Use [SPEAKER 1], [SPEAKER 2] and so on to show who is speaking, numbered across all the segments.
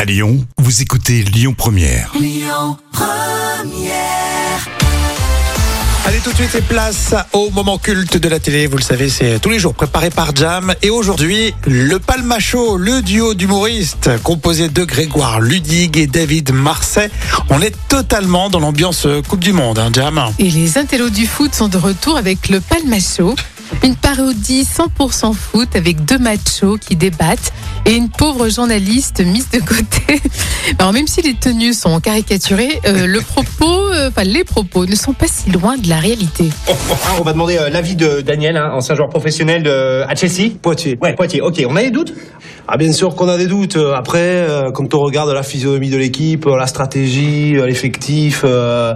[SPEAKER 1] À Lyon, vous écoutez Lyon Première.
[SPEAKER 2] Allez tout de suite et place au moment culte de la télé. Vous le savez, c'est tous les jours préparé par Jam. Et aujourd'hui, le Palmacho, le duo d'humoristes composé de Grégoire Ludig et David Marseille. On est totalement dans l'ambiance Coupe du Monde, hein, Jam.
[SPEAKER 3] Et les intellos du foot sont de retour avec le Palmacho, une parodie 100% foot avec deux machos qui débattent et une pauvre journaliste mise de côté. Alors même si les tenues sont caricaturées, euh, le propos, euh, enfin les propos ne sont pas si loin de la réalité.
[SPEAKER 4] Ah, on va demander euh, l'avis de Daniel, hein, ancien joueur professionnel de, à Chelsea.
[SPEAKER 5] Poitiers.
[SPEAKER 4] Ouais, Poitiers. Ok, on a des doutes
[SPEAKER 5] Ah bien sûr qu'on a des doutes. Euh, Après, euh, quand on regarde la physionomie de l'équipe, euh, la stratégie, euh, l'effectif, euh,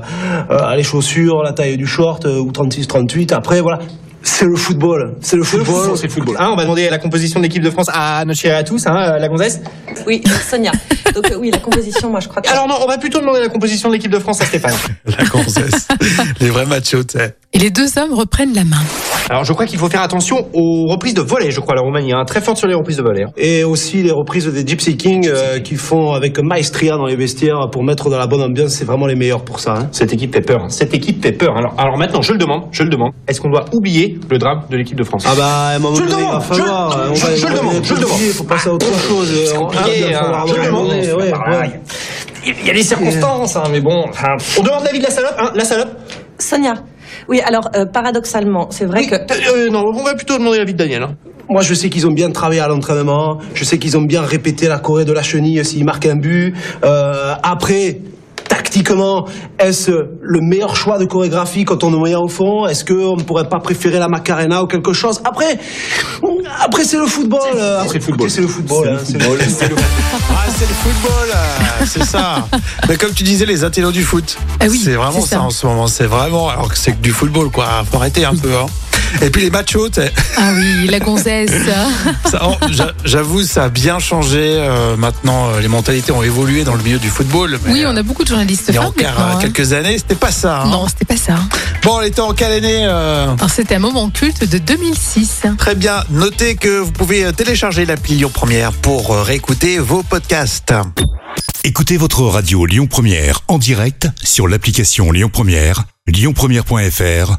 [SPEAKER 5] euh, les chaussures, la taille du short, euh, ou 36-38, après voilà, c'est le football. C'est le football.
[SPEAKER 4] c'est le football. Hein, on va demander la composition de l'équipe de France à nos chéris à tous, hein, à la gonzesse.
[SPEAKER 6] Oui, Sonia. Donc euh, oui, la composition, moi je crois que...
[SPEAKER 4] Alors non, on va plutôt demander la composition de l'équipe de France à Stéphane.
[SPEAKER 2] La gonzesse. les vrais machos, tu sais.
[SPEAKER 3] Et les deux hommes reprennent la main.
[SPEAKER 4] Alors je crois qu'il faut faire attention aux reprises de volet, je crois, la Roumanie. Hein, très forte sur les reprises de volet. hein.
[SPEAKER 5] Et aussi les reprises des Gypsy King euh, qui font avec maestria dans les vestiaires pour mettre dans la bonne ambiance, c'est vraiment les meilleurs pour ça. hein.
[SPEAKER 4] Cette équipe fait peur. hein, Cette équipe fait peur. Alors, alors maintenant, je le demande, je le demande. Est-ce qu'on doit oublier le drame de l'équipe de France
[SPEAKER 5] Ah bah, à un moment
[SPEAKER 4] Je le
[SPEAKER 5] donné, il va
[SPEAKER 4] demande, je-
[SPEAKER 5] falloir. euh, on
[SPEAKER 4] je-
[SPEAKER 5] va-
[SPEAKER 4] je
[SPEAKER 5] on
[SPEAKER 4] le
[SPEAKER 5] va
[SPEAKER 4] demande, je le
[SPEAKER 5] oublier,
[SPEAKER 4] demande. Ah,
[SPEAKER 5] Faut passer à autre chose. euh,
[SPEAKER 4] C'est
[SPEAKER 5] on-
[SPEAKER 4] compliqué,
[SPEAKER 5] il va
[SPEAKER 4] hein,
[SPEAKER 5] falloir
[SPEAKER 4] je le
[SPEAKER 5] abandonner,
[SPEAKER 4] demande, c'est
[SPEAKER 5] ouais,
[SPEAKER 4] pas pareil.
[SPEAKER 5] ouais.
[SPEAKER 4] Il y a des circonstances, hein, mais bon. enfin, on demande l'avis de la salope, hein, la salope.
[SPEAKER 6] Sonia. Oui, alors euh, paradoxalement, c'est vrai
[SPEAKER 4] Oui,
[SPEAKER 6] que...
[SPEAKER 4] euh, non, on va plutôt demander l'avis de Daniel. hein.
[SPEAKER 5] Moi, je sais qu'ils ont bien travaillé à l'entraînement. Je sais qu'ils ont bien répété la Corée de la chenille s'ils marquent un but. Euh, après, tactiquement, est-ce le meilleur choix de chorégraphie quand on est moyen au fond Est-ce qu'on ne pourrait pas préférer la Macarena ou quelque chose Après, après c'est le football. euh, après,
[SPEAKER 4] le football.
[SPEAKER 5] écoutez, C'est le football. hein, c'est le football.
[SPEAKER 2] Ah, c'est le football, euh, c'est ça. Mais comme tu disais, les intellos du foot.
[SPEAKER 3] Ah oui,
[SPEAKER 2] c'est vraiment
[SPEAKER 3] c'est
[SPEAKER 2] ça.
[SPEAKER 3] ça.
[SPEAKER 2] en ce moment. C'est vraiment. Alors que c'est que du football, quoi. Faut arrêter un peu. hein. Et puis les machos, t'sais.
[SPEAKER 3] Ah oui, la gonzesse.
[SPEAKER 2] Ça, oh, j'a- j'avoue, ça a bien changé. euh, maintenant, euh, les mentalités ont évolué dans le milieu du football. mais,
[SPEAKER 3] Oui, on
[SPEAKER 2] euh,
[SPEAKER 3] a beaucoup de journalistes
[SPEAKER 2] Il y a
[SPEAKER 3] femmes
[SPEAKER 2] encore
[SPEAKER 3] maintenant,
[SPEAKER 2] euh,
[SPEAKER 3] hein.
[SPEAKER 2] quelques années, c'était pas ça. hein.
[SPEAKER 3] Non, c'était pas ça.
[SPEAKER 2] Bon, on était en quelle année euh,
[SPEAKER 3] Alors, C'était un moment culte de 2006.
[SPEAKER 2] Très bien. Notez que vous pouvez euh, télécharger l'appli Lyon Première pour euh, réécouter vos podcasts.
[SPEAKER 1] Écoutez votre radio Lyon Première en direct sur l'application Lyon Première, lyonpremière.fr